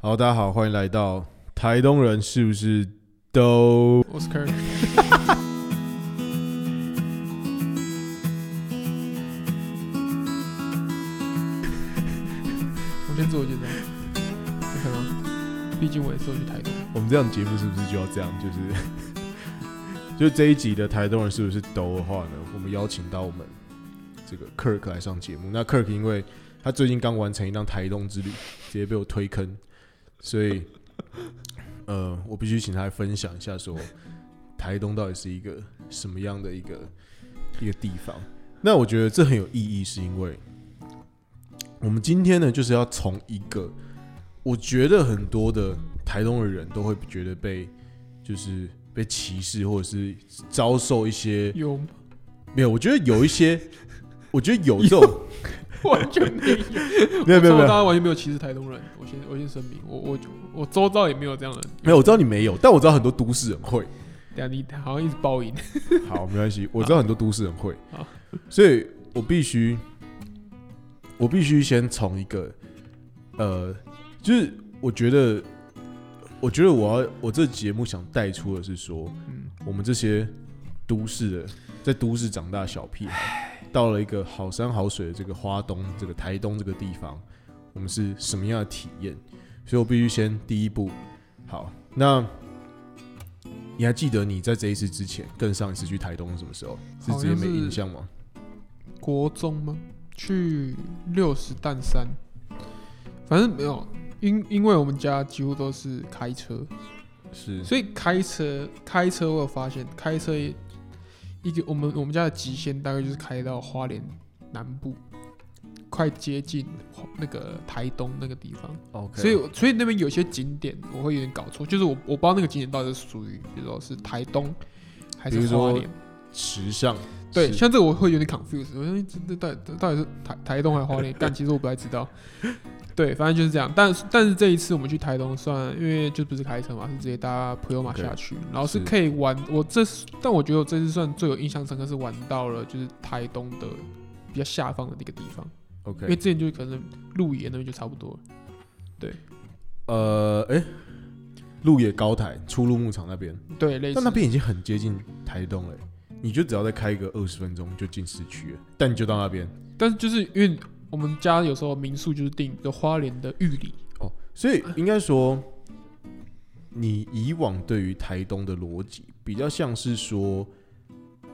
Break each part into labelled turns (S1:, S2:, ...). S1: 好，大家好，欢迎来到台东人是不是都？
S2: 我是 Kirk，我先自我介绍，OK 吗？毕竟我也是有去台东，
S1: 我们这样节目是不是就要这样？就是 就这一集的台东人是不是都的话呢？我们邀请到我们这个 Kirk 来上节目。那 Kirk 因为他最近刚完成一趟台东之旅，直接被我推坑，所以呃，我必须请他来分享一下说台东到底是一个什么样的一个一个地方。那我觉得这很有意义，是因为我们今天呢，就是要从一个我觉得很多的台东的人都会觉得被就是被歧视，或者是遭受一些
S2: 有吗？
S1: 没有。我觉得有一 些，我觉得有这种
S2: 完全没有，
S1: 没有没有没
S2: 我周遭
S1: 有
S2: 完全没有歧视台东人。我先我先声明，我我我周遭也没有这样的人。
S1: 没有，我知道你没有，但我知道很多都市人会。
S2: 等一下你好像一直 爆音，
S1: 好，没关系，我知道很多都市人会
S2: 好，
S1: 所以我必须，我必须先从一个，呃，就是我觉得，我觉得我要我这节目想带出的是说，
S2: 嗯，
S1: 我们这些都市的，在都市长大的小屁孩，到了一个好山好水的这个花东、这个台东这个地方，我们是什么样的体验？所以我必须先第一步。好，那你还记得你在这一次之前，更上一次去台东是什么时候？是直接没印象吗？
S2: 国中吗？去六十担山，反正没有，因因为我们家几乎都是开车，
S1: 是
S2: 所以开车开车，我有发现开车一个我们我们家的极限大概就是开到花莲南部，快接近花那个台东那个地方。
S1: OK，
S2: 所以我所以那边有些景点我会有点搞错，就是我我不知道那个景点到底是属于，比如说是台东还
S1: 比
S2: 是
S1: 如说
S2: 花莲。
S1: 时尚
S2: 对，
S1: 是
S2: 像这个我会有点 confused，我说这这到底这到底是台台东还是 花莲？但其实我不太知道。对，反正就是这样。但但是这一次我们去台东算，因为就不是开车嘛，是直接搭普悠玛
S1: OK，
S2: 下去然后是
S1: 是
S2: 可以玩。我这是但我觉得我这次算最有印象深刻是玩到了就是台东的比较下方的那个地方，因为
S1: OK，
S2: 之前就可能鹿野那边就差不多了。
S1: 呃，哎、鹿野高台出入牧场那边，
S2: 对，类似
S1: 但那边已经很接近台东了欸、你就只要再开个二十分钟就进市区了，但你就到那边
S2: 但是就是因为我们家有时候民宿就是订有花莲的玉里，
S1: 哦。所以应该说，你以往对于台东的逻辑比较像是说，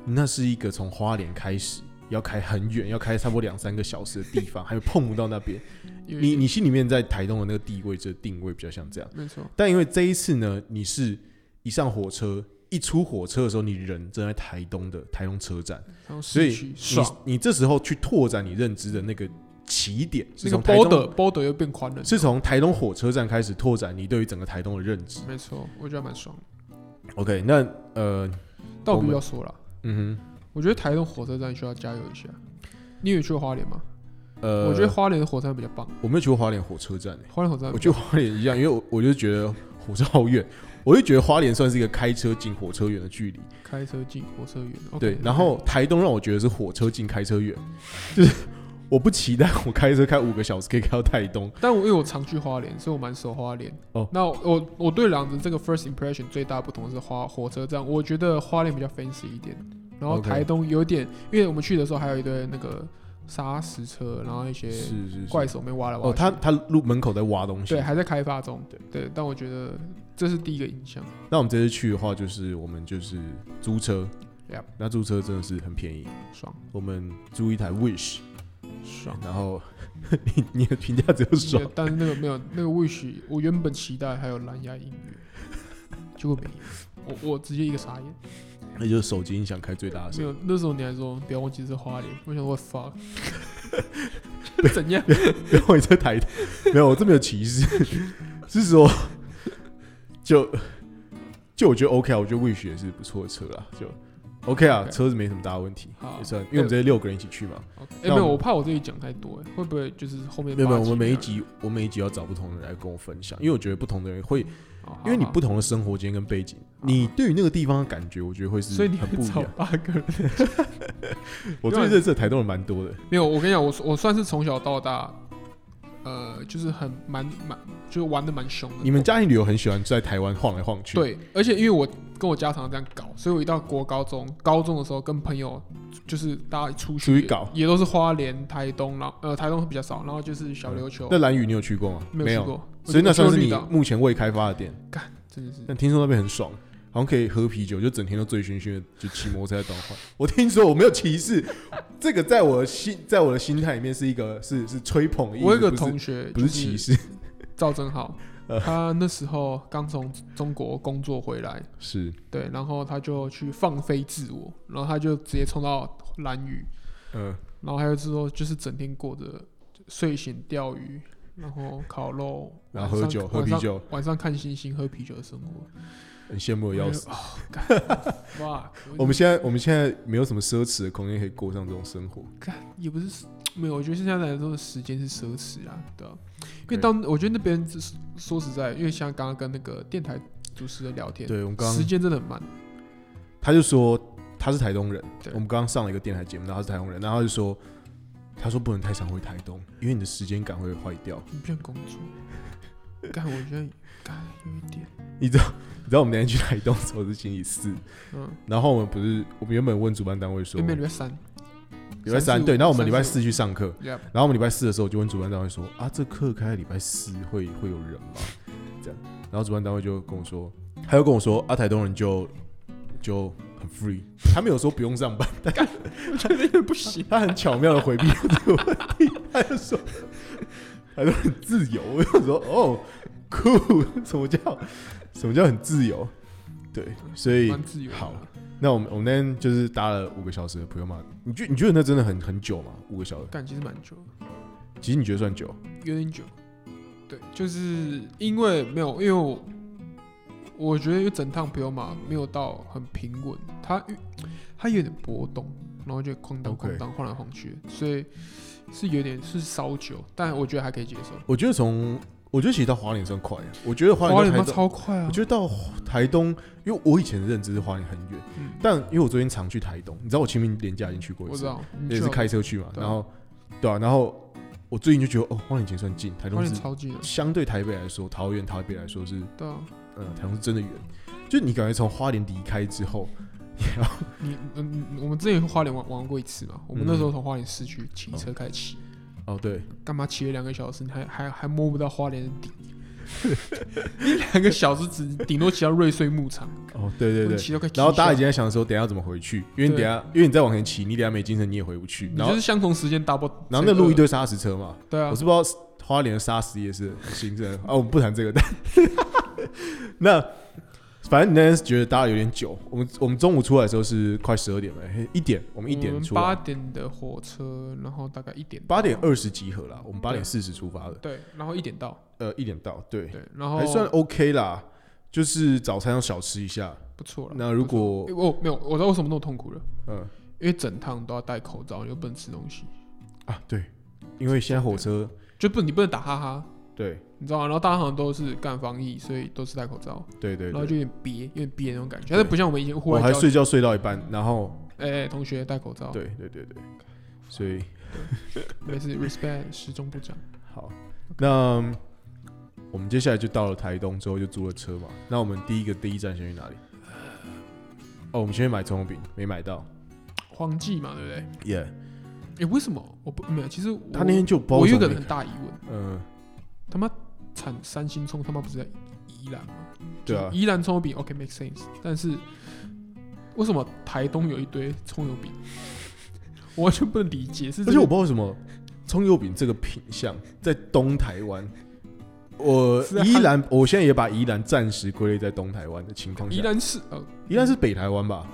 S1: 那是一个从花莲开始要开很远，要开差不多两三个小时的地方，还碰不到那边。
S2: 有一
S1: 你
S2: 点
S1: 你心里面在台东的那个地位，这个定位比较像这样。
S2: 没错，
S1: 但因为这一次呢，你是一上火车，一出火车的时候，你人正在台东的台东车站。
S2: 然后
S1: 所
S2: 市
S1: 以
S2: 区
S1: 你
S2: 爽，
S1: 你这时候去拓展你认知的那个起点，是
S2: 那
S1: 从
S2: 个
S1: 台东
S2: border border 又变宽了，
S1: 是从台东火车站开始拓展你对于整个台东的认知。
S2: 没错，我觉得还蛮爽的。
S1: OK，那呃，
S2: 但
S1: 我
S2: 我必须
S1: 们
S2: 要说了，
S1: 嗯
S2: 我觉得台东火车站需要加油一下。你有去过花莲吗？
S1: 哼，呃，
S2: 我觉得呃花莲的火车站比较棒，
S1: 我没有去过花莲火车站、欸，
S2: 花莲火车站
S1: 我
S2: 比
S1: 去
S2: 较
S1: 过花莲一样，因为我我就觉得火车好远，我就觉得花莲算是一个开车进火车远的距离。
S2: 开车进火车远。OK，
S1: 对，
S2: OK
S1: 然后台东让我觉得是火车进开车远，就是 我不期待我开车开五个小时可以开到台东。
S2: 但我因为我常去花莲，所以我蛮熟花莲。
S1: 哦
S2: 那我我我对两子这个 first impression 最大不同是花火车站，我觉得花莲比较 fancy 一点，然后
S1: OK
S2: 台东有点因为我们去的时候还有一堆那个砂石车，然后一些
S1: 是是
S2: 怪
S1: 是。
S2: 手被挖来挖去。
S1: 哦，他他路门口在挖东西。
S2: 对还在开发中，
S1: 对
S2: 对，但我觉得这是第一个印象。
S1: 那我们这次去的话，就是我们就是租车
S2: Yep
S1: 那租车真的是很便宜。
S2: 爽
S1: 我们租一台 Wish，
S2: 爽，
S1: 然后 你你的评价只有爽
S2: 对，但是那个没有那个 wish，我原本期待还有蓝牙音乐， 结果没有，我我直接一个傻眼。
S1: 那就是手机音响开最大
S2: 没
S1: 声。
S2: 有，那时候你还说不要忘记是花莲，我想我 fuck，怎 样？
S1: 然后你在台，没有，我这没有歧视，是说就就我觉得 OK 啊，我觉得 Wish 也是不错的车啦，就 OK 啊
S2: OK
S1: 车子没什么大问题，
S2: 好
S1: 也算，因为我们这六个人一起去嘛。
S2: 哎、
S1: 那
S2: 没有，
S1: 我们
S2: 我怕我自己讲太多、哎，会不会就是后面
S1: 没有没有，我
S2: 八集啊
S1: 们每一集我每一集要找不同的人来跟我分享，因为我觉得不同的人会，
S2: 哦好
S1: 因为你
S2: 好
S1: 不同的生活经验跟背景，
S2: 好
S1: 你对于那个地方的感觉，我觉得会是
S2: 所以你
S1: 很
S2: 会
S1: 不一
S2: 找
S1: 样。
S2: 八个人？
S1: 我最近认识的台东人蛮多的，
S2: 没有，我跟你讲，我我算是从小到大呃，就是很蛮蛮，就是玩的蛮凶的。
S1: 你们家庭旅游很喜欢在台湾晃来晃去，，
S2: 对，而且因为我跟我家常常这样搞，所以我一到国高中，高中的时候跟朋友就是大家出
S1: 出
S2: 去
S1: 去搞
S2: 也都是花莲、台东，然后呃台东比较少，然后就是小琉球，
S1: 那兰屿你有去过吗？
S2: 没有去，过，
S1: 所以嗯那算
S2: 候
S1: 是你目前未开发的店。
S2: 真的是
S1: 但听说那边很爽，好像可以喝啤酒，就整天都醉醺醺的，就骑摩托车在东换。 我听说我没有歧视，这个在我的心，在我的心态里面是一个是是吹捧的意思，
S2: 我有一个
S1: 不是
S2: 同学
S1: 不
S2: 就是
S1: 歧视，
S2: 赵正浩
S1: 呃，
S2: 他那时候刚从中国工作回来，
S1: 是
S2: 对，然后他就去放飞自我，然后他就直接冲到蓝屿，
S1: 嗯，
S2: 然后还有之后就是整天过着睡醒钓鱼，然后烤肉，
S1: 然后喝酒喝
S2: 晚
S1: 啤
S2: 上
S1: 酒，
S2: 晚上看星星喝啤酒的哎生活，
S1: 很羡慕的要死。
S2: 哇！
S1: 我们现在我们现在没有什么奢侈的空间可以过上这种生活，
S2: 也不是没有，我觉得现在来说时间是奢侈啊，对啊，因
S1: 对
S2: 为当我觉得那边就是说实在，因为像刚刚跟那个电台主持人聊天，
S1: 对我们刚刚
S2: 时间真的很慢，
S1: 他就说他是台东人，
S2: 对
S1: 我们刚刚上了一个电台节目，然后他是台东人，然后他就说他说不能太常回台东，因为你的时间感会坏掉。
S2: 你不像工作，干我觉得干有一点，
S1: 你知道我们那天去台东的时候是星期四，
S2: 嗯，
S1: 然后我们不是我们原本问主办单位说
S2: 因为礼拜三，
S1: 礼拜三
S2: 四
S1: 对，
S2: 五
S1: 然后我们礼拜，
S2: 三
S1: 四去上课，
S2: 五 Yep，
S1: 然后我们礼拜四的时候我就问主办单位说啊，这课开礼拜四会会有人吗？这样，然后主办单位就跟我说，他就跟我说啊，台东人就就很 free，他没有说不用上班，
S2: 我觉得有点不行，
S1: 他很巧妙的回避了这个问题，他就说他就很自由，我就说哦酷，什么叫什么叫很自由？对，所以
S2: 蛮自由的，啊
S1: 好那我们我们那天就是搭了五个小时的普悠玛，你觉你觉得那真的很很久吗？五个小时，
S2: 干其实蛮久的，
S1: 其实你觉得算久？
S2: 有点久，对，就是因为没有，因为我我觉得有整趟普悠玛没有到很平稳，它它有点波动，然后就哐当
S1: OK
S2: 哐当晃来晃去，所以是有点是烧久，但我觉得还可以接受。
S1: 我觉得从我觉得其实到花莲算快啊，我觉得花
S2: 花
S1: 莲
S2: 莲
S1: 到
S2: 妈
S1: 台东，
S2: 超快啊
S1: 我！觉得到台东，因为我以前的认知是花莲很远，
S2: 嗯
S1: 但因为我最近常去台东，你知道我清明年假已经去过一
S2: 我知
S1: 次，
S2: 道，你
S1: 也
S2: 去
S1: 是
S2: 好
S1: 开车去嘛，
S2: 对啊
S1: 然后对啊，然后我最近就觉得哦，花莲以前算近，台
S2: 花
S1: 东
S2: 莲
S1: 是
S2: 超近的，
S1: 相对台北来说，桃园台北来说是
S2: 对啊，
S1: 呃台东是真的远，就你感觉从花莲离开之后，你还要
S2: 你嗯，我们之前去花莲玩玩过一次嘛，我们
S1: 嗯
S2: 那时候从花莲市区骑车开始骑，
S1: 哦对，
S2: 干嘛骑了两个小时，你还还还摸不到花莲的底？ 你两个小时只顶多骑到瑞穗牧场，
S1: 哦对对
S2: 我
S1: 对
S2: 们，骑到快
S1: 然后
S2: 七
S1: 大家已
S2: 小
S1: 经在想说，等一下要怎么回去，因为你等一下，因为你再往前骑，你等一下没精神，你也回不去。
S2: 你
S1: 然
S2: 就
S1: 后，
S2: 是相同时间 double，
S1: 然后那路一堆砂石车嘛，
S2: 对啊
S1: 我，是不知道花莲的砂石也是很兴盛 啊。我们不谈这个，但那反正你那天是觉得搭的有点久。我们我们中午出来的时候是快十二点了，嘿一点我们一
S2: 我
S1: 点
S2: 们
S1: 出
S2: 嗯八
S1: 来，
S2: 点的火车，然后大概一点到
S1: 八点二十集合啦，我们八点四十出发的，
S2: 对，然后一点到
S1: 呃一点到，对，
S2: 对，哦然后
S1: 还算 OK 啦，就是早餐要小吃一下。
S2: 不错了。
S1: 那如果
S2: 诶我没有，我知道为什么那么痛苦了，
S1: 嗯
S2: 因为整趟都要戴口罩，又不能吃东西，
S1: 啊对，因为现在火车
S2: 就不你不能打哈哈，
S1: 对
S2: 你知道吗？然后大家好像都是干防疫，所以都是戴口罩，
S1: 对对
S2: 然后
S1: 对。
S2: 就有点憋，有点憋那种感觉。
S1: 对
S2: 但是不像我们以前户
S1: 我
S2: 外
S1: 还
S2: 教学，
S1: 睡觉睡到一半，然后
S2: 哎、同学戴口罩，，
S1: 对对对对，所以
S2: 没事，respect 时钟不长。
S1: 好，那嗯我们接下来就到了台东之后就租了车嘛。那我们第一个第一站先去哪里？哦，我们先去买葱油饼，没买到。
S2: 黄记嘛，对不对？哎、
S1: 耶、
S2: 为什么我不没有？其实我
S1: 他那天就包
S2: 我有一个
S1: 装
S2: 很大疑问，
S1: 没嗯、
S2: 他妈产三星葱他妈不是在宜兰吗？
S1: 对啊，
S2: 宜兰葱油饼 OK make sense，但是为什么台东有一堆葱油饼？ 我完全不能理解，是
S1: 而且我不
S2: 这
S1: 知道为什么葱油饼这个品相在东台湾。我
S2: 是啊
S1: 宜兰，我现在也把宜兰暂时归类在东台湾的情况
S2: 个
S1: 下。
S2: 宜兰市呃
S1: 宜兰是北台湾吧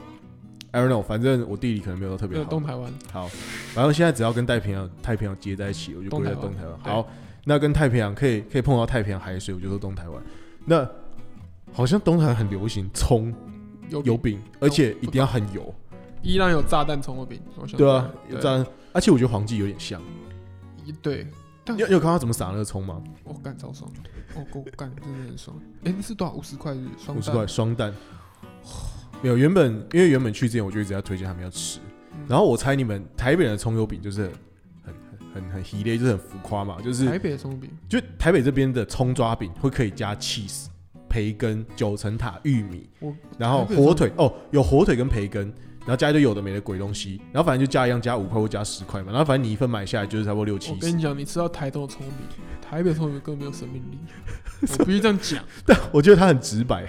S1: ？I don't know，反正我地理可能没有到特别
S2: 呃
S1: 好。
S2: 东台湾
S1: 好，反正现在只要跟太平洋太平洋接在一起，我就归在东
S2: 东
S1: 台
S2: 台
S1: 湾
S2: 湾。
S1: 好，那跟太平洋可以可以碰到太平洋海水，我就说东台湾。那好像东台湾很流行葱
S2: 有
S1: 油饼，而且一定要很油，
S2: 宜兰有炸弹葱油饼，我想
S1: 对啊，
S2: 嗯对
S1: 这样。而且我觉得黄记有点像，
S2: 一对，但
S1: 你有你有看到怎么撒那个葱吗？
S2: 我干超爽，我我干真的很爽。哎，那是多少？五十块是
S1: 五
S2: 不是双蛋
S1: 十块，双蛋， 没有。原本因为原本去之前我就一直在推荐他们要吃，
S2: 嗯
S1: 然后我猜你们台北人的葱油饼就是很很很很系列，就是很浮夸嘛，就是
S2: 台北的松饼，
S1: 就台北这边的葱抓饼会可以加 cheese、培根、九层塔、玉米
S2: 我，
S1: 然后
S2: 台北的
S1: 火腿哦，有火腿跟培根，然后加一堆有的没的鬼东西，然后反正就加一样，加五块或加十块嘛，然后反正你一份买下来就是差不多六七
S2: 我跟
S1: 十。
S2: 你讲，你吃到台东的葱饼，台北的葱饼更没有生命力。我必须这样讲，
S1: 但我觉得它很直白，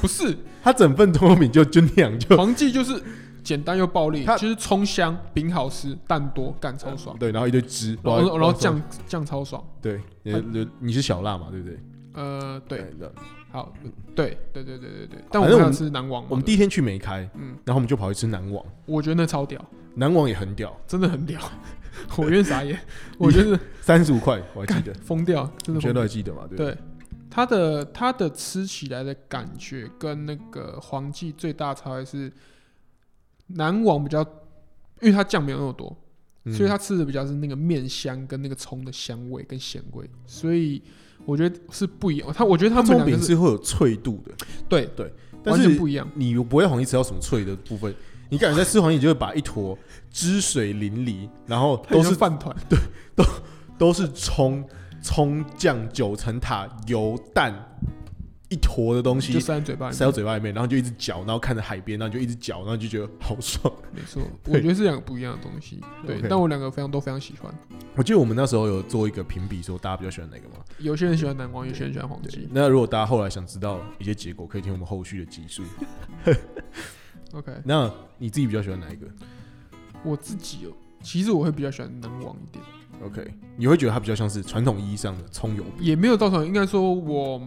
S2: 不是
S1: 它整份葱油饼就就那样就
S2: 黄记就是简单又暴力，
S1: 它
S2: 就是葱香、饼好吃、蛋多、干超爽，
S1: 对，然后一堆汁，
S2: 然后哦然后
S1: 酱
S2: 酱酱超爽。
S1: 对，你你是小辣嘛，对不对？
S2: 呃，对，，
S1: 那
S2: 好，对对对对对对。但我
S1: 反正
S2: 们
S1: 我
S2: 要
S1: 们
S2: 吃南王嘛，
S1: 我们第
S2: 对
S1: 一天去没开，
S2: 嗯
S1: 然后我们就跑去吃南王，
S2: 我觉得那超屌，
S1: 南王也很屌，
S2: 真的很屌， 我有点傻眼，我 觉得
S1: 三十五块，我还记得，
S2: 疯掉，真
S1: 你
S2: 的
S1: 现在都
S2: 疯掉。
S1: 还记得嘛？对不对
S2: 对，它的它的吃起来的感觉跟那个黄记最大差别是，南王比较，因为它酱没有那么多，
S1: 嗯
S2: 所以它吃的比较是那个面香跟那个葱的香味跟咸味，所以我觉得是不一样。它我觉得他们
S1: 葱
S2: 两
S1: 饼
S2: 个是
S1: 是会有脆度的，
S2: 对
S1: 但
S2: 完全
S1: 是
S2: 不一样，
S1: 你不会黄历吃到什么脆的部分，你感觉在吃黄历，你就会把一坨汁水淋漓，然后
S2: 它
S1: 都
S2: 很 像
S1: 是
S2: 饭团，
S1: 都是葱、葱酱、九层塔、油、蛋，一坨的东
S2: 就
S1: 西
S2: 塞在嘴巴里
S1: 塞
S2: 面
S1: 到。嘴巴里面，然后就一直嚼，然后看着海边，然后就一直嚼，然后就觉得好爽。
S2: 没错，我
S1: 对
S2: 觉得是两个不一样的东西。对
S1: OK，
S2: 但我两个非常都非常喜欢。
S1: 我记得我们那时候有做一个评比，说大家比较喜欢哪个嘛。
S2: 有些人喜欢南瓜，有些人喜欢黄鸡。
S1: 那如果大家后来想知道一些结果，可以听我们后续的集数。
S2: OK，
S1: 那你自己比较喜欢哪一个
S2: 我自己哦，其实我会比较喜欢南王一点，
S1: ？OK，你会觉得它比较像是传统意义上的葱油饼，
S2: 也没有到头，应该说我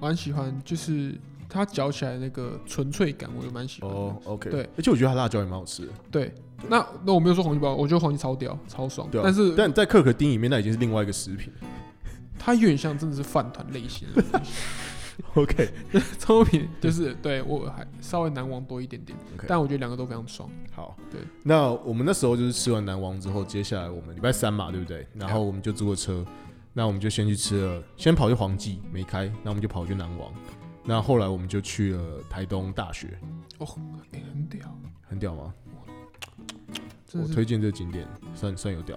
S2: 蛮喜欢，就是它嚼起来那个纯粹感，我也蛮喜欢的。
S1: 哦，OK，
S2: 对，
S1: 而且我觉得它辣椒也蛮好吃的。
S2: 对，那那我没有说黄鸡包，我觉得黄鸡超屌，超爽。
S1: 对啊
S2: 但是
S1: 但在可可丁里面，那已经是另外一个食品。
S2: 它有点像真的是饭团类型的东西
S1: OK，
S2: 葱油饼，就是对我还稍微南王多一点点
S1: OK
S2: 但我觉得两个都非常爽。
S1: 好，
S2: 对。
S1: 那我们那时候就是吃完南王之后，接下来我们礼拜三嘛，对不对？然后我们就租了车，那我们就先去吃了，先跑去黄记没开，那我们就跑去南王。那后来我们就去了台东大学，
S2: 哦，哎、很屌，
S1: 很屌吗？
S2: 真
S1: 我
S2: 的是
S1: 推荐这个景点，算算有屌。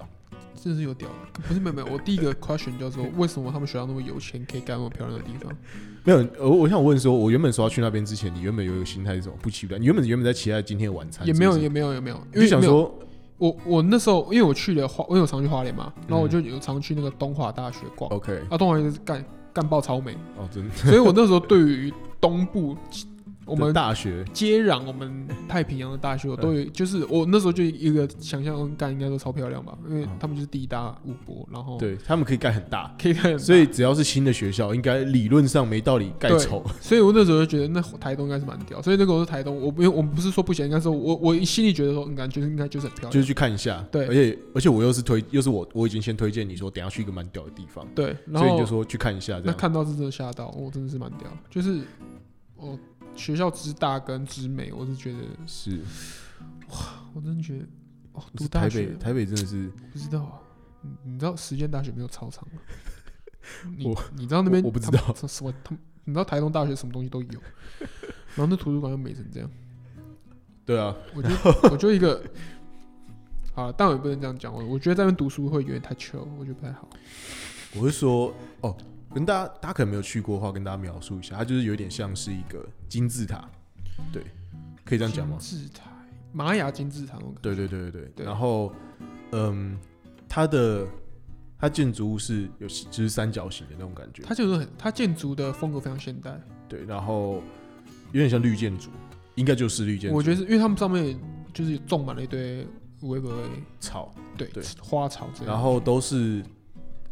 S2: 真的是有屌的，不是没有没有，我第一个 question 叫做为什么他们学校那么有钱，可以盖那么漂亮的地方？
S1: 没有，呃我我想问说，我原本说要去那边之前，你原本有一个心态是什么？不期待，你原本原本在期待今天的晚餐，
S2: 也没有
S1: 是不是
S2: 也没有也没有，因
S1: 你
S2: 为
S1: 就想
S2: 没有
S1: 说，
S2: 我我那时候因为我去了花，因为我常去花莲嘛，然后我
S1: 嗯
S2: 就有常去那个东华大学逛，
S1: OK，
S2: 啊东华就是干干爆超美，
S1: 哦，真的，
S2: 所以我那时候对于东部我们
S1: 大嗯学
S2: 接壤我们太平洋的大学，我都有，就是我那时候就一个想象，干应该都超漂亮吧，因为
S1: 嗯
S2: 他们就是地大物博，然后
S1: 对他们可以盖很大，
S2: 可以看很大，
S1: 所以只要是新的学校，应该理论上没道理盖丑。
S2: 所以我那时候就觉得那台东应该是蛮屌，所以那个我是台东，我不因为我们不是说不行，应该说我我心里觉得说，嗯，感觉应该就是很 漂
S1: 就是
S2: 亮，
S1: 去看一下，
S2: 对
S1: 而且而且我又是推，又是我我已经先推荐你说，等一下去一个蛮屌的地方，
S2: 对，然
S1: 所以你
S2: 后
S1: 就说去看一下这
S2: 那
S1: 样。
S2: 看到是真的吓到，我真的是蛮屌，就是我学校之大跟之美，我是觉得，
S1: 是
S2: 我真的觉得，哦，
S1: 是
S2: 读
S1: 台
S2: 大
S1: 北
S2: 学
S1: 台北真的是，
S2: 不知道啊，你你知道实践大学没有操场吗？你
S1: 我
S2: 你知道那边
S1: 我我不知
S2: 他们
S1: 道
S2: 什什么他们，你知道台东大学什么东西都 有，然后那图书馆又美成这样，
S1: 对啊，
S2: 我就我就一个。啊，但我也不能这样讲，我我觉得在那边读书会有点太 chill，我觉得不太好。
S1: 我是说哦，跟大家大家可能没有去过的话，跟大家描述一下，它就是有点像是一个金字塔，对，可以这样讲吗？
S2: 金字塔，玛雅金字塔那种感觉，
S1: 对对对对对。
S2: 对
S1: 然后，嗯，它的它建筑物是有就是三角形的那种感觉，
S2: 它就是很，它建筑的风格非常现代，
S1: 对，然后有点像绿建筑，应该就是绿建筑。
S2: 我觉得是因为他们上面就是种满了一堆微博，
S1: 草，
S2: 对
S1: 对
S2: 花草之类的。
S1: 然后都是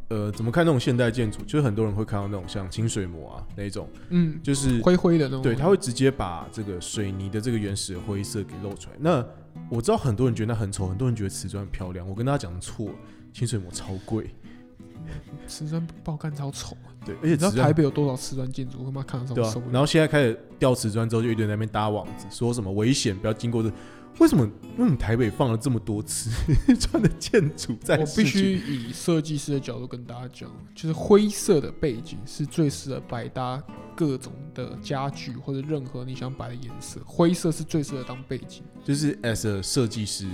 S1: 呃，怎么看那种现代建筑？就是很多人会看到那种像清水模啊那一种，
S2: 嗯，
S1: 就是
S2: 灰灰的那种，
S1: 对，它会直接把这个水泥的这个原始的灰色给露出来。那我知道很多人觉得那很丑，很多人觉得瓷砖很漂亮。我跟大家讲错，清水模超贵，
S2: 瓷砖不好看超丑啊。
S1: 对，而且
S2: 你知道
S1: 瓷
S2: 台
S1: 砖
S2: 北有多少瓷砖建筑？我他妈看得上
S1: 对啊
S2: 受不。了。
S1: 然后现在开始掉瓷砖之后，就一堆人在那边搭网子，说什么危险，不要经过这。为什么？为什么台北放了这么多 瓷砖的建筑在
S2: 我
S1: 市
S2: 必
S1: 区
S2: 须以设计师的角度跟大家讲，就是灰色的背景是最适合百搭各种的家具或者任何你想摆的颜色，灰色是最适合当背景。
S1: 就是 as a 设计师，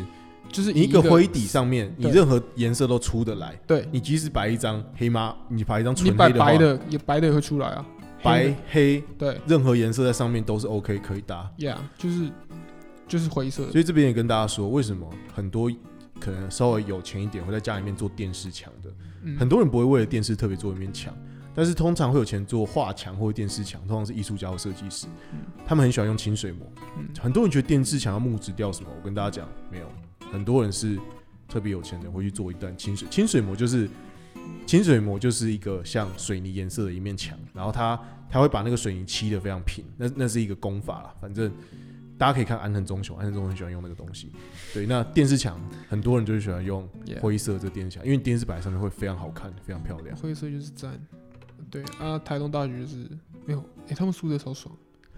S2: 就是
S1: 你
S2: 以
S1: 一个灰底上面，你
S2: 对
S1: 任何颜色都出得来。
S2: 对，
S1: 你即使白一张黑妈，你白一张
S2: 你
S1: 纯
S2: 摆
S1: 黑的话，
S2: 白的也白的也会出来啊，黑
S1: 白
S2: 的
S1: 黑
S2: 对
S1: 任何颜色在上面都是 OK 可以搭。
S2: ，yeah，就是就是灰色的，
S1: 所以这边也跟大家说，为什么很多可能稍微有钱一点会在家里面做电视墙的，
S2: 嗯
S1: 很多人不会为了电视特别做一面墙，但是通常会有钱做画墙或者电视墙，通常是艺术家或设计师
S2: 嗯，
S1: 他们很喜欢用清水模。
S2: 嗯
S1: 很多人觉得电视墙要木质调什么，我跟大家讲，没有，很多人是特别有钱的会去做一段清水清水模，就是清水模就是一个像水泥颜色的一面墙，然后它它会把那个水泥漆的非常平，那那是一个工法啦，反正。大家可以看安藤忠雄，安藤忠雄很喜欢用那个东西。对，那电视墙很多人就是喜欢用
S2: yeah
S1: 灰色这电视墙，因为电视摆上面会非常好看，非常漂亮。
S2: 灰色就是赞，对啊，台东大学就是没有，哎、他们宿舍超爽，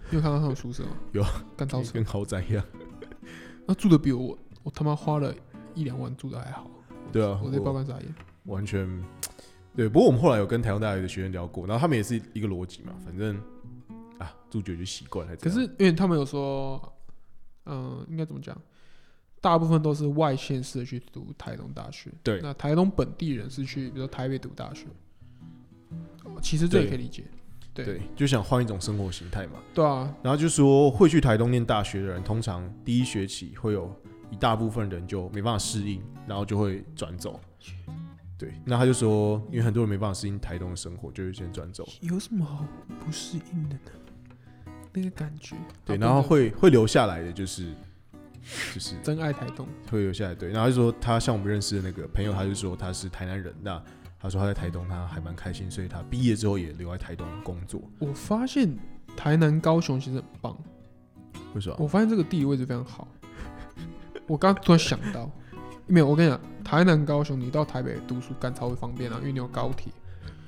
S2: 你有看到他们宿舍吗？
S1: 有啊，
S2: 干超扯
S1: 跟，豪宅一样。
S2: 那住的比我我他妈花了一两万住的还好，
S1: 对啊，
S2: 我在爆肝傻眼，
S1: 完全对。不过我们后来有跟台湾大学的学生聊过，然后他们也是一个逻辑嘛，反正啊住久就习惯了。
S2: 可是因为他们有说，嗯、应该怎么讲？大部分都是外县市的去读台东大学，
S1: 对
S2: 那台东本地人是去，比如说台北读大学，哦其实这也可以理解，对
S1: 对，就想换一种生活形态嘛。
S2: 对啊，
S1: 然后就说会去台东念大学的人，通常第一学期会有一大部分人就没办法适应，然后就会转走。对，那他就说，因为很多人没办法适应台东的生活，就会先转走。
S2: 有什么好不适应的呢？那个感觉，
S1: 对，
S2: 啊
S1: 然后
S2: 不
S1: 会会留下来的就是就是
S2: 真爱台东，
S1: 会留下来。对，然后他就说他像我们认识的那个朋友，他就说他是台南人，那他说他在台东他还蛮开心，所以他毕业之后也留在台东工作。
S2: 我发现台南、高雄其实很棒，
S1: 为什么？
S2: 我发现这个地理位置非常好。我刚突然想到， 没有，我跟你讲，台南、高雄，你到台北读书干超会方便啊，因为你有高铁。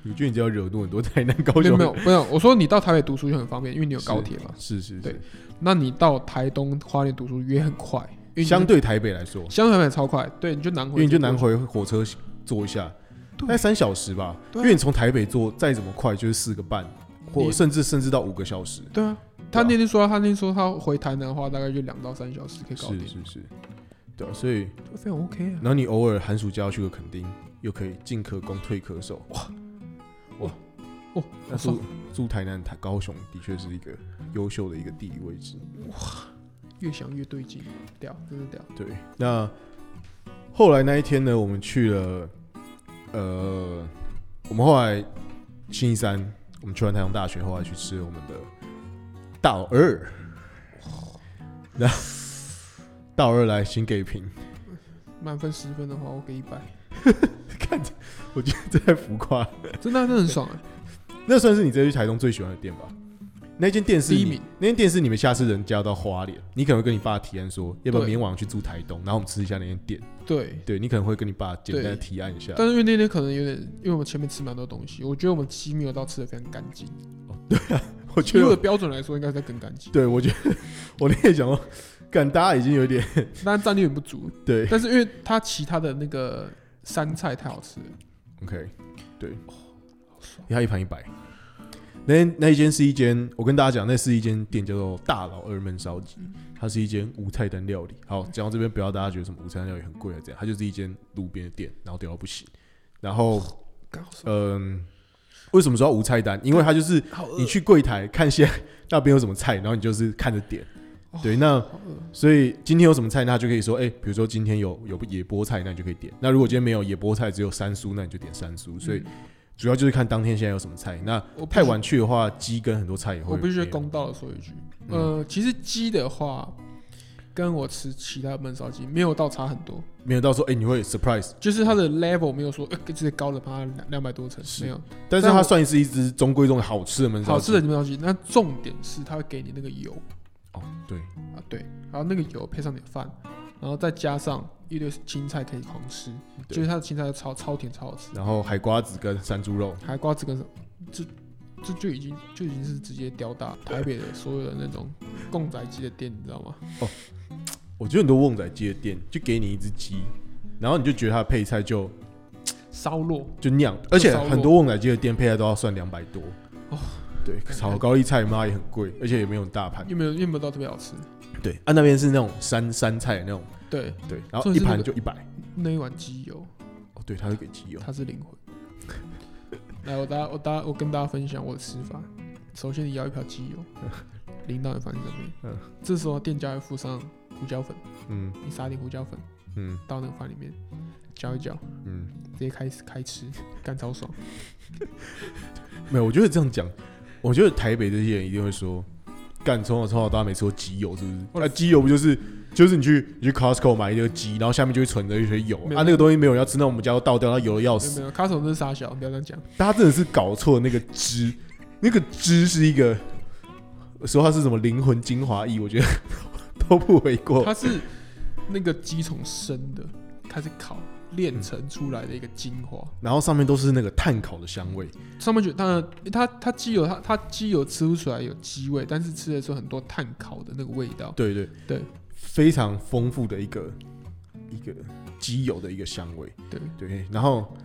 S1: 你觉得你只要惹怒很多台南高
S2: 没
S1: 雄
S2: 有没
S1: 人
S2: 有？没有，我说你到台北读书就很方便，因为你有
S1: 是
S2: 高铁嘛。
S1: 是是
S2: 对
S1: 是，
S2: 那你到台东花莲读书也很快，因为你就
S1: 相对台北来说，
S2: 相对来讲超快，对，你就南回，
S1: 因为你就南，回火车坐一下，
S2: 对
S1: 大概三小时吧。
S2: 对啊
S1: 因为你从台北坐再怎么快就是四个半，或
S2: 你
S1: 甚至甚至到五个小时。
S2: 对啊。他那天说，他那天说他回台南的话，大概就两到三小时可以搞定
S1: 是，是是，对啊，所以
S2: 就非常 OK 啊
S1: 然。后你偶尔寒暑假要去个垦丁，又可以进可攻退可守，哇哇哦
S2: 哇！
S1: 那
S2: 爽
S1: 住住台南、台高雄的确是一个优秀的一个地理位置。
S2: 越想越对劲，屌，真的屌。
S1: 对，那后来那一天呢，我们去了，呃，我们后来星期三，我们去完台中大学，后来去吃我们的道二，那道二来新给评，
S2: 满分十分的话，我给一百，
S1: 看着我觉得这太浮夸了。
S2: 真的啊真的很爽啊！
S1: 那算是你这次去台东最喜欢的店吧？那间店是
S2: 第一
S1: 你
S2: 名
S1: 那间店是你们下次人家到花莲，你可能会跟你爸提案说，要不要
S2: 对
S1: 明天晚上去住台东，然后我们吃一下那间店。
S2: 对，
S1: 对啊你可能会跟你爸简单的
S2: 对
S1: 提案一下。
S2: 但是因为那天可能有点，因为我们前面吃蛮多东西，我觉得我们鸡没有到吃的非常干净。
S1: 我
S2: 以
S1: 觉
S2: 我的
S1: 得，
S2: 标准来说，应该再更干净，
S1: 对我觉得 我那天想说，感大家已经有点
S2: 但是战力很不足。
S1: 对
S2: 但是因为它其他的那个山菜太好吃了，
S1: OK，对，
S2: 哦好爽。
S1: 要一盘一百。那间那一间是一间，我跟大家讲，那是一间店叫做大佬二焖烧
S2: 嗯
S1: 鸡，它是一间无菜单料理。好，讲到这边，不要大家觉得什么无菜单料理很贵啊，这样，它就是一间路边的店，然后屌到不行。然后
S2: 刚好爽，
S1: 嗯，为什么说要无菜单？因为它就是
S2: 好饿
S1: 你，去柜台看现在那边有什么菜，然后你就是看着点
S2: 哦。
S1: 对，那
S2: 好饿。
S1: 所以今天有什么菜，那就可以说，哎、比如说今天有有野菠菜，那你就可以点。那如果今天没有野菠菜，只有三蔬，那你就点三蔬。所以
S2: 嗯
S1: 主要就是看当天现在有什么菜。那
S2: 我必须
S1: 太，晚去的话，鸡跟很多菜也会
S2: 我必须
S1: 没嗯有
S2: 公道的说一句，呃，其实鸡的话，跟我吃其他焖烧鸡没有到差很多，
S1: 没有到说，哎、你会 surprise。
S2: 就是它的 level 没有说，呃，就是高了它两两百多层，
S1: 嗯是
S2: 没有。
S1: 但是
S2: 但
S1: 它
S2: 我
S1: 算是一只中规中矩好吃的焖烧鸡。
S2: 好吃的你不要急，那重点是它会给你那个油
S1: 哦，对，
S2: 啊，对，然后那个油配上点饭，然后再加上一堆青菜可以狂吃，
S1: 嗯对
S2: 就是它的青菜超超甜超好吃，
S1: 然后海瓜子跟山猪肉，
S2: 还瓜子跟什么，这这就已经就已经是直接吊打台北的所有的那种贡仔鸡的店，你知道吗？
S1: 我觉得很多旺仔鸡的店就给你一只鸡，然后你就觉得它的配菜就
S2: 烧肉
S1: 就酿，而且
S2: 烧肉
S1: 很多旺仔鸡的店配菜都要算两百多
S2: 哦。
S1: 对，炒高丽菜妈也很贵，而且也没有很大 盘。
S2: 又没有又没有到特别好吃。
S1: 对，啊那边是那种山山菜那种，
S2: 对，
S1: 对，然后
S2: 重
S1: 一
S2: 点是那
S1: 盘
S2: 个
S1: 就一百。
S2: 那一碗鸡油
S1: 哦，对，它是给鸡油。
S2: 它是灵魂。来，我大家我大家我跟大家分享我的吃法。首先，你舀一瓢鸡 油，淋到你盘子上面。
S1: 嗯
S2: 这时候店家会附上胡椒粉，
S1: 嗯
S2: 你撒点胡椒粉
S1: 嗯
S2: 到那个饭里面，搅一搅，
S1: 嗯，
S2: 直接开始开吃，干超爽。
S1: 哦没有，我觉得这样讲，我觉得台北这些人一定会说，干从小从小到大没吃过鸡油，是不是？
S2: 我
S1: 那、鸡油不就是就是你去你去 Costco 买一个鸡，然后下面就会存着一些油
S2: 没有
S1: 啊，那个东西没有人要吃，那我们家都倒掉，它油的要
S2: 没有
S1: 死
S2: 没。有，卡总真是傻小，不要这样讲。
S1: 大家真的是搞错那个汁，那个汁是一个说它是什么灵魂精华液，我觉得都不为过。
S2: 它是那个鸡从生的开始烤炼
S1: 嗯
S2: 成出来的一个精华，
S1: 然后上面都是那个炭烤的香味，
S2: 上面就当然诶它它鸡油它它鸡油吃不出来有鸡味，但是吃的时候很多炭烤的那个味道，
S1: 对对
S2: 对，
S1: 非常丰富的一个一个鸡油的一个香味。
S2: 对，
S1: 对，然后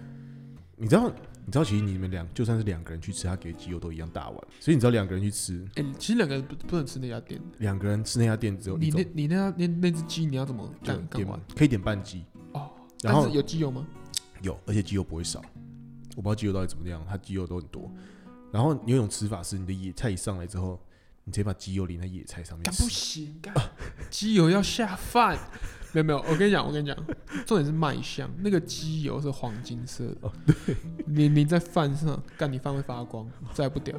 S1: 你知道，你知道，其实你们两就算是两个人去吃，他给的鸡油都一样大碗，所以你知道两个人去吃，
S2: 哎、其实两个人不不能吃那家店，
S1: 两个人吃那家店只有一
S2: 你
S1: 种
S2: 那，你那那那只鸡你要怎么
S1: 就
S2: 干干
S1: 点
S2: 完
S1: 可以点半鸡，
S2: 哦？
S1: 然
S2: 但
S1: 后
S2: 是有鸡油吗？
S1: 有，而且鸡油不会少，我不知道鸡油到底怎么样，它鸡油都很多。然后有一种吃法是，你的野菜一上来之后，你直接把鸡油淋在野菜上面
S2: 干
S1: 吃
S2: 不，行，干鸡油要下 饭。没有没有，我跟你讲，我跟你讲，重点是卖相，那个鸡油是黄金色的。
S1: 哦
S2: 对，你你在饭上干，你饭会发光，再不 屌，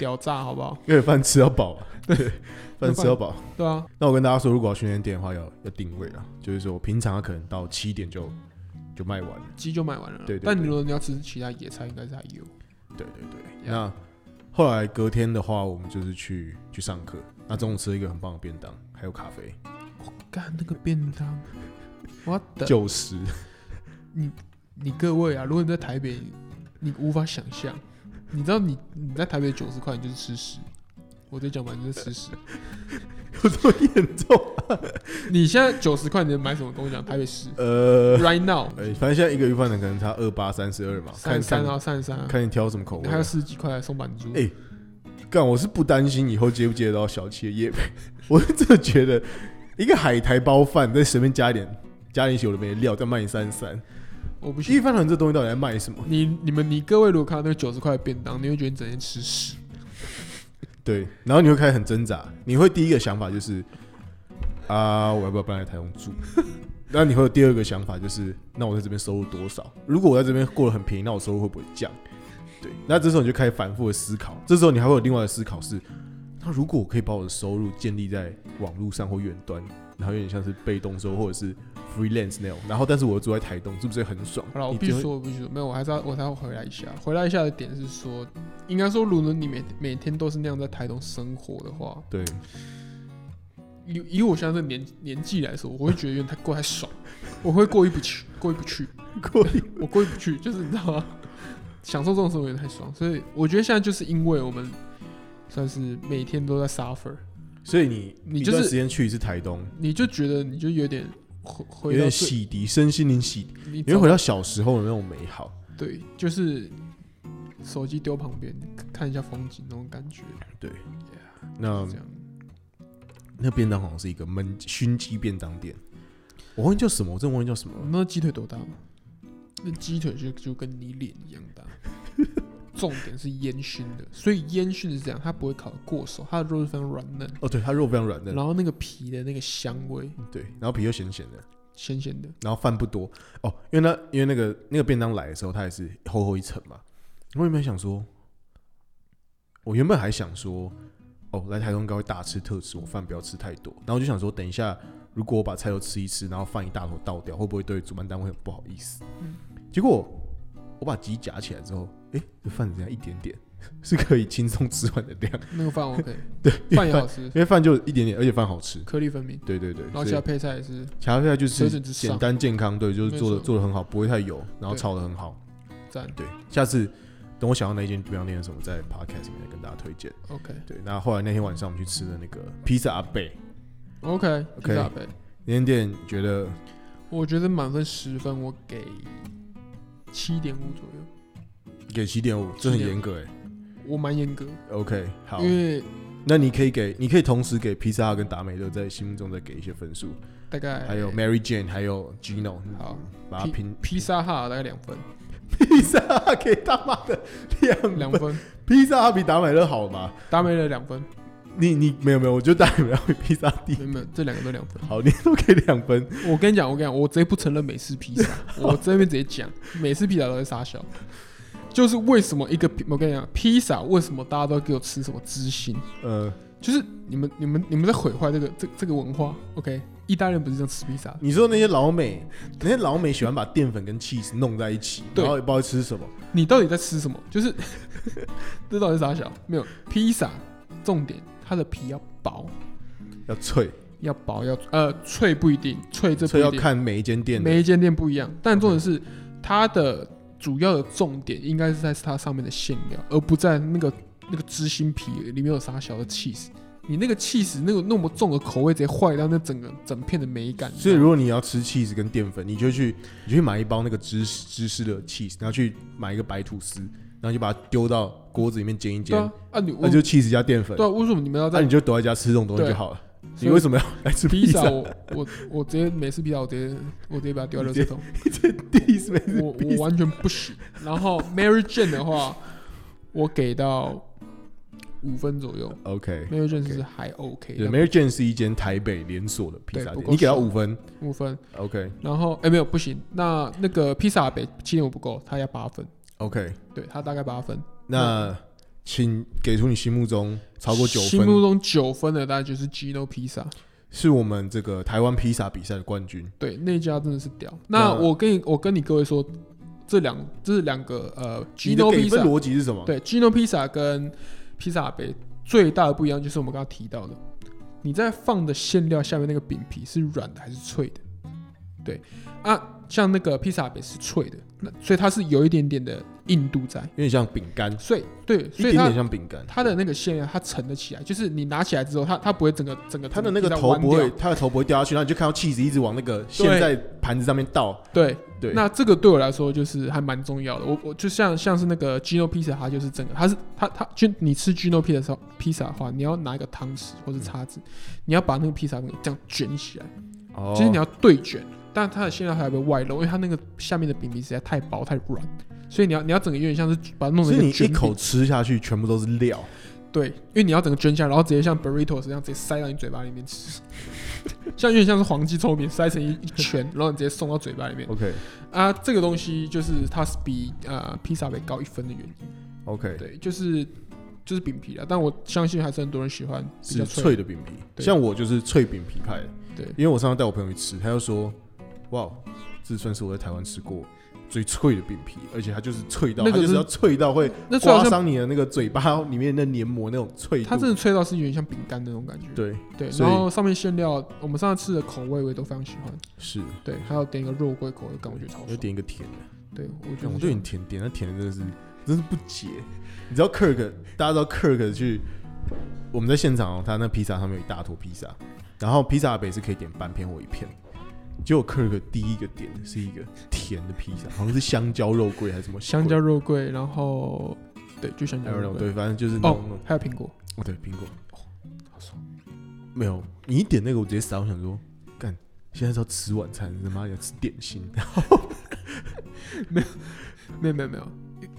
S2: 屌炸好不好？
S1: 因为饭吃到 饱啊，对，饭吃到饱。
S2: 对啊，
S1: 那我跟大家说，如果要去那间店的话，要要定位啊，就是说平常它可能到七点就就卖完了。
S2: 鸡就卖完了啦。
S1: 对对
S2: 但你
S1: 对
S2: 如果你要吃其他野菜，应该是还有。
S1: 对对对。
S2: Yeah
S1: 那后来隔天的话，我们就是去去上课。那中午吃了一个很棒的便当，还有咖啡，
S2: 哦干那个便当，我的
S1: 九十。
S2: 你各位啊，如果你在台北，你无法想象，你知道你你在台北九十块，你就是吃屎。我在讲完就是 吃屎。
S1: 有 这么严重？
S2: 你现在九十块，你能买什么？跟我讲，台北市
S1: 呃，
S2: right now
S1: 哎、反正现在一个鱼饭团可能差二八三十二嘛，
S2: 三
S1: 看
S2: 十三
S1: 看
S2: 啊，三十三啊，
S1: 看你挑什么口味
S2: 还
S1: 啊、
S2: 有四十几块的松板猪。
S1: 哎干，我是不担心以后接不接得到小七的夜配， 我是真的觉得一个海苔包饭再随便加一点。加点有的没的料，再卖你三三。
S2: 我不
S1: 鱼
S2: 信。
S1: 饭团这东西到底在卖什么？
S2: 你你们你各位如果看到那个九十块的便当，你会觉得你整天吃屎。
S1: 对，然后你会开始很挣扎，你会第一个想法就是啊，我要不要搬来台中住？ 那你会有第二个想法就是，那我在这边收入多少？如果我在这边过得很便宜，那我收入会不会降？对，那这时候你就开始反复的思考，这时候你还会有另外的思考是，那如果我可以把我的收入建立在网络上或远端，然后有点像是被动收入或者是 freelance 那种，然后但是我又住在台东，是不是很爽？
S2: 好了，我
S1: 你
S2: 必
S1: 就
S2: 须
S1: 会
S2: 说，我必须说，没有，我还是要我才要回来一下。回来一下的点是说，应该说，如果你每每天都是那样在台东生活的话，
S1: 对，
S2: 以以我现在这个年年纪来说，我会觉得有点太过太爽，我会过意不去，过意不去，
S1: 过瘾
S2: 我过意不去，就是你知道吗？ 享受这种生活有点太爽，所以我觉得现在就是因为我们算是每天都在 suffer，
S1: 所以你
S2: 你
S1: 一
S2: 就
S1: 段
S2: 是
S1: 时间去一次台东，
S2: 你就觉得你就有点回
S1: 有
S2: 回到
S1: 点
S2: 最
S1: 洗涤，身心灵洗涤。
S2: 你
S1: 你会
S2: 找
S1: 回到小时候的那种美好。
S2: 对，就是手机丢旁边看一下风景那种感觉，
S1: 那
S2: 嗯这样。
S1: 那便当好像是一个焖熏鸡便当店，我忘记叫什么，我真的忘记叫什么了。
S2: 那鸡腿多大吗？那鸡腿就就跟你脸一样大。重点是烟熏的，所以烟熏是这样，它不会烤得过熟，它的肉是非常软嫩，
S1: 哦，对，它肉非常软嫩，
S2: 然后那个皮的那个香味，
S1: 对，然后皮又咸咸的，
S2: 咸咸的。
S1: 然后饭不多哦，因为那因为那个那个便当来的时候，它也是厚厚一层嘛。我原本想说，我原本还想说，哦，来台东应该会大吃特吃，我饭不要吃太多。然后我就想说，等一下如果我把菜都吃一吃，然后饭一大坨倒掉，会不会对主办单位很不好意思？结果我把鸡夹起来之后，哎、这饭只剩下一点点， 是可以轻松吃完的量，
S2: 那个饭 OK，对， 饭也好吃，
S1: 因为饭就一点点，而且饭好吃。
S2: 颗粒分明，
S1: 对对对，
S2: 然后
S1: 所以
S2: 其他配菜也是
S1: 卡啡就
S2: 水
S1: 是
S2: 准之上
S1: 简单健康，对，就是
S2: 没
S1: 做的
S2: 错
S1: 做的很好，不会太油，然后
S2: 对
S1: 炒的很好，
S2: 赞
S1: 对。下次等我想到那间便当店的时候，我在 podcast 里面跟大家推荐。
S2: OK
S1: 对，那后来那天晚上我们去吃的那个披萨阿贝
S2: OK，披
S1: OK
S2: 萨呗，
S1: 那间店，觉得
S2: 我觉得满分十分，我给七点五左右，
S1: 给七点五，这很严格哎。
S2: 我蛮严格，
S1: OK，好
S2: 因，为
S1: 那你可以给，你可以同时给披萨跟达美乐在心目中再给一些分数，
S2: 大概
S1: 还有 Mary Jane，还有 Gino，
S2: 哎
S1: 嗯
S2: 好
S1: 把它拼
S2: 披萨哈大概两分，
S1: 披萨给他妈的两
S2: 两
S1: 分，
S2: 分，
S1: 披萨比达美乐好吧？
S2: 达美乐两分，
S1: 你你没有没有，我觉得达美乐比披萨低。
S2: 没有没有，这两个都两分。
S1: 好，你都给两分，
S2: 我跟你讲，我跟你讲，我直接不承认美式 披萨，我这边直接讲，美式披萨都在傻笑。就是为什么一个我跟你讲，披萨为什么大家都给我吃什么芝心？
S1: 呃，
S2: 就是你们你们你们在毁坏这个这这个文化。OK，意大利人不是这样吃披萨的，
S1: 你说那些老美，那些老美喜欢把淀粉跟 cheese 弄在一起，
S2: 对
S1: 然后也不知道吃什么。
S2: 你到底在吃什么？就是 这到底是傻笑？没有披萨，重点它的皮要薄，
S1: 要脆，
S2: 要薄要呃脆不一定，脆这不
S1: 脆
S2: 一
S1: 要
S2: 定。
S1: 看每一间店的嗯
S2: 每一间店不一样，但重点是它的主要的重点应该是在它上面的馅料，而不在那个那个芝心皮里面有啥小的 cheese。你那个 cheese 那个那么重的口味直接坏掉那整个整片的美感。
S1: 所以如果你要吃 cheese 跟淀粉，你就去你就去买一包那个芝士芝士的 cheese，然后去买一个白吐司，然后就把它丢到锅子里面煎一
S2: 对
S1: 煎，
S2: 啊，啊你
S1: 那就 cheese 加淀粉
S2: 对，啊，为什么你们要
S1: 那
S2: 在
S1: 你就躲在家吃这种东西就好了。你为
S2: 么
S1: 什么要来吃
S2: 披
S1: 披萨
S2: 萨？？我我我直接每次披萨我直接我直接把它丢 到垃圾桶，
S1: 第一次没
S2: 我我完全不行。然后 Mary Jane 的话，我给到五分左右
S1: OK，
S2: ，Mary Jane 是还 OK，
S1: 对
S2: 的，
S1: ，Mary Jane 是一间台北连锁的披萨
S2: 对不
S1: 店，
S2: 够
S1: 你给到
S2: 爽
S1: 五分
S2: 五分。
S1: ，OK
S2: 然后哎、没有不行，那那个披萨北七点五不够，他要八分，
S1: OK，
S2: 对他大概八分，
S1: 那请给出你心目中超过九
S2: 心目
S1: 分，
S2: 中九分的大概就是 Gino 披萨，
S1: 是我们这个台湾披萨比赛的冠军。
S2: 对那家真的是屌。那
S1: 那
S2: 我跟你我跟你各位说，这两这是两个呃
S1: 你的
S2: Gino
S1: 给
S2: 披
S1: 分
S2: 萨，
S1: 逻辑是什么？
S2: 对 Gino 披萨跟披萨北最大的不一样就是我们刚刚提到的，你在放的馅料下面那个饼皮是软的还是脆的？对啊，像那个披萨北是脆的，那所以它是有一点点的硬度在，
S1: 有点像饼干，
S2: 所以对，
S1: 一
S2: 所
S1: 点
S2: 以它
S1: 点像饼干。
S2: 它的那个馅料它沉得起来，就是你拿起来之后，它它不会整个整个
S1: 它的
S2: 整
S1: 那个
S2: 地上
S1: 头
S2: 弯
S1: 不会，
S2: 掉
S1: 它的头不会掉下去，然后你就看到 cheese 一直往那个现在盘子上面倒。
S2: 对。
S1: 对，
S2: 那这个对我来说就是还蛮重要的。我我就像像是那个 Gino pizza，它就是整个它是它它就你吃 Gino pizza 的时候披萨的话，你要拿一个汤匙或是叉子，你要把那个披萨这样卷起来，
S1: 嗯哦
S2: 就是你要对卷，但它的馅料还会外露，因为它那个下面的饼皮实在太薄太软，所以你要你要整个有点像是把它弄
S1: 所
S2: 成
S1: 以
S2: 一
S1: 你
S2: 个卷
S1: 一
S2: 饼
S1: 口吃下去，全部都是料。
S2: 对，因为你要整个卷起来，然后直接像 burrito 一样直接塞到你嘴巴里面吃， 像有点像是黄鸡臭饼塞成一一圈，然后你直接送到嘴巴里面
S1: OK
S2: 啊。这个东西就是它是比呃披萨饼高一分的原因，
S1: OK，
S2: 对，就是就是饼皮啦。但我相信还是很多人喜欢比较
S1: 是
S2: 脆
S1: 脆
S2: 的，
S1: 的饼皮，
S2: 对
S1: 像我就是脆饼皮派的。
S2: 对
S1: 因为我上次带我朋友去吃，他就说：“哇，这算是我在台湾吃过最脆的饼皮，而且它就是脆到，
S2: 那
S1: 它
S2: 个
S1: 就是
S2: 是
S1: 要脆到会
S2: 那脆
S1: 刮
S2: 好像
S1: 伤你的那个嘴巴里面的黏膜那种脆度。”
S2: 它真的脆到是有点像饼干的那种感觉，
S1: 对，
S2: 对。
S1: 所以
S2: 然后上面馅料，我们上次吃的口味我也都非常喜欢，
S1: 是
S2: 对，还有点一个肉桂口味，感觉我觉得超
S1: 要
S2: 爽。
S1: 点一个甜的。
S2: 对，我觉
S1: 哎
S2: 得
S1: 我对你甜点，那甜的真的是真是不解。你知道 Kirk，大家知道 Kirk 去我们在现场、哦，他那披萨上面有一大坨披萨，然后披萨北是可以点半片或一片。结果 Kirk 第一个点的是一个甜的披萨，好像是香蕉肉桂还是什么鬼
S2: 香蕉肉桂，然后对，就香
S1: 还
S2: 蕉
S1: 有那
S2: 肉
S1: 种
S2: 桂，
S1: 对，反正就是那
S2: 哦
S1: 种、，
S2: 还有苹果，
S1: 哦对苹果
S2: 好爽。
S1: 没有，你一点那个我直接傻，我想说干。现在是要吃晚餐，他妈要吃点心，
S2: 没有没有没有，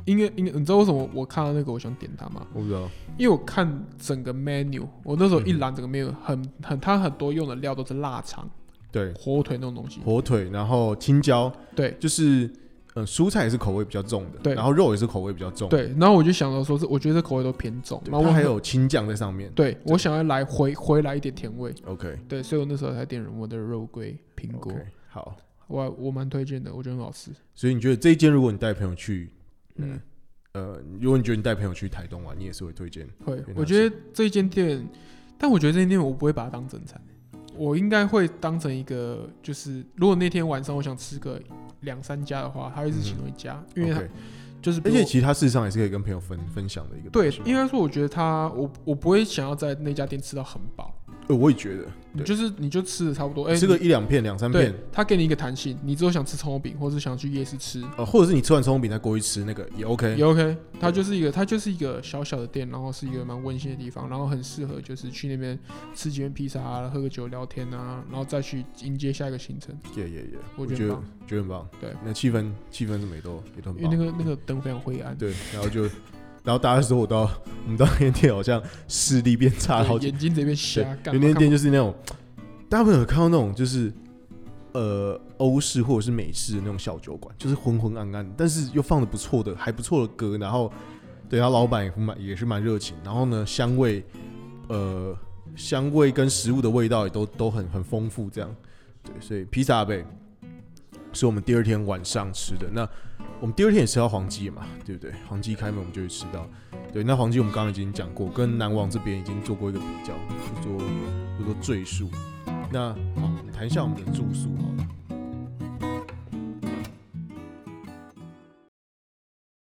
S2: 因为因为你知道为什么我看到那个我想点它吗？
S1: 我不知道。
S2: 因为我看整个 menu，我那时候一
S1: 嗯
S2: 览整个 menu，很很它很多用的料都是腊肠、
S1: 对，
S2: 火腿那种东西。
S1: 火腿，然后青椒，
S2: 嗯对
S1: 就是呃蔬菜也是口味比较重的，
S2: 对
S1: 然后肉也是口味比较重，
S2: 对，然后我就想到说是，我觉得这口味都偏重，
S1: 对，
S2: 然后我
S1: 它还
S2: 很
S1: 有青酱在上面。
S2: 对我想要来回回来一点甜味，
S1: OK，
S2: 对，所以我那时候才点了我的肉桂苹果
S1: OK，好，
S2: 我我蛮推荐的，我觉得很好吃。
S1: 所以你觉得这一间，如果你带朋友去，嗯
S2: 嗯，
S1: 呃，如果你觉得你带朋友去台东玩，你也是会推荐。
S2: 会
S1: 原，来
S2: 我觉得这间店，但我觉得这间店我不会把它当正餐，我应该会当成一个，就是如果那天晚上我想吃个两三家的话，它会是其中一家，因为它
S1: 嗯 OK，
S2: 就是比
S1: 而
S2: 如
S1: 且其嗯实它事实上也是可以跟朋友分分享的一个东
S2: 对
S1: 西，
S2: 应该说我觉得它，我我不会想要在那家店吃到很饱，
S1: 呃，我也觉得，
S2: 你就是你就吃的差不多，哎、
S1: 吃个
S2: 你
S1: 一两片、两三
S2: 对
S1: 片，，
S2: 他给你一个弹性，你之后想吃葱油饼，或是想去夜市吃，
S1: 呃，或者是你吃完葱油饼再过去吃那个也 OK。
S2: 也 OK，它就是一个它就是一个小小的店，然后是一个蛮温馨的地方，然后很适合就是去那边吃几片披萨、啊，喝个酒聊天啊，然后再去迎接下一个行程，
S1: 也也也，
S2: 我
S1: 觉
S2: 觉
S1: 得
S2: 得
S1: 觉得很棒。
S2: 对，
S1: 那气氛气氛是没都也都很
S2: 因为
S1: 棒。
S2: 那个那个灯非常灰暗，
S1: 对，然后就然后大家说我到我们到那间店好像视力变差了好几
S2: 对眼睛这边
S1: 对
S2: 瞎，，干
S1: 有
S2: 嘛
S1: 那
S2: 看
S1: 店就是那种，大家会有看到那种就是，呃，欧式或者是美式的那种小酒馆，就是昏昏暗暗，但是又放的不错的，还不错的歌，然后对，然后老板也蛮也是蛮热情，然后呢，香味，呃，香味跟食物的味道也都都很很丰富，这样，对，所以披萨呗，是我们第二天晚上吃的，那我们第二天也吃到黄记嘛，对不对？黄记开门我们就会吃到。对，那黄金我们刚刚已经讲过，跟南网这边已经做过一个比较，不做不做赘述。那好，我们谈一下我们的住宿好了。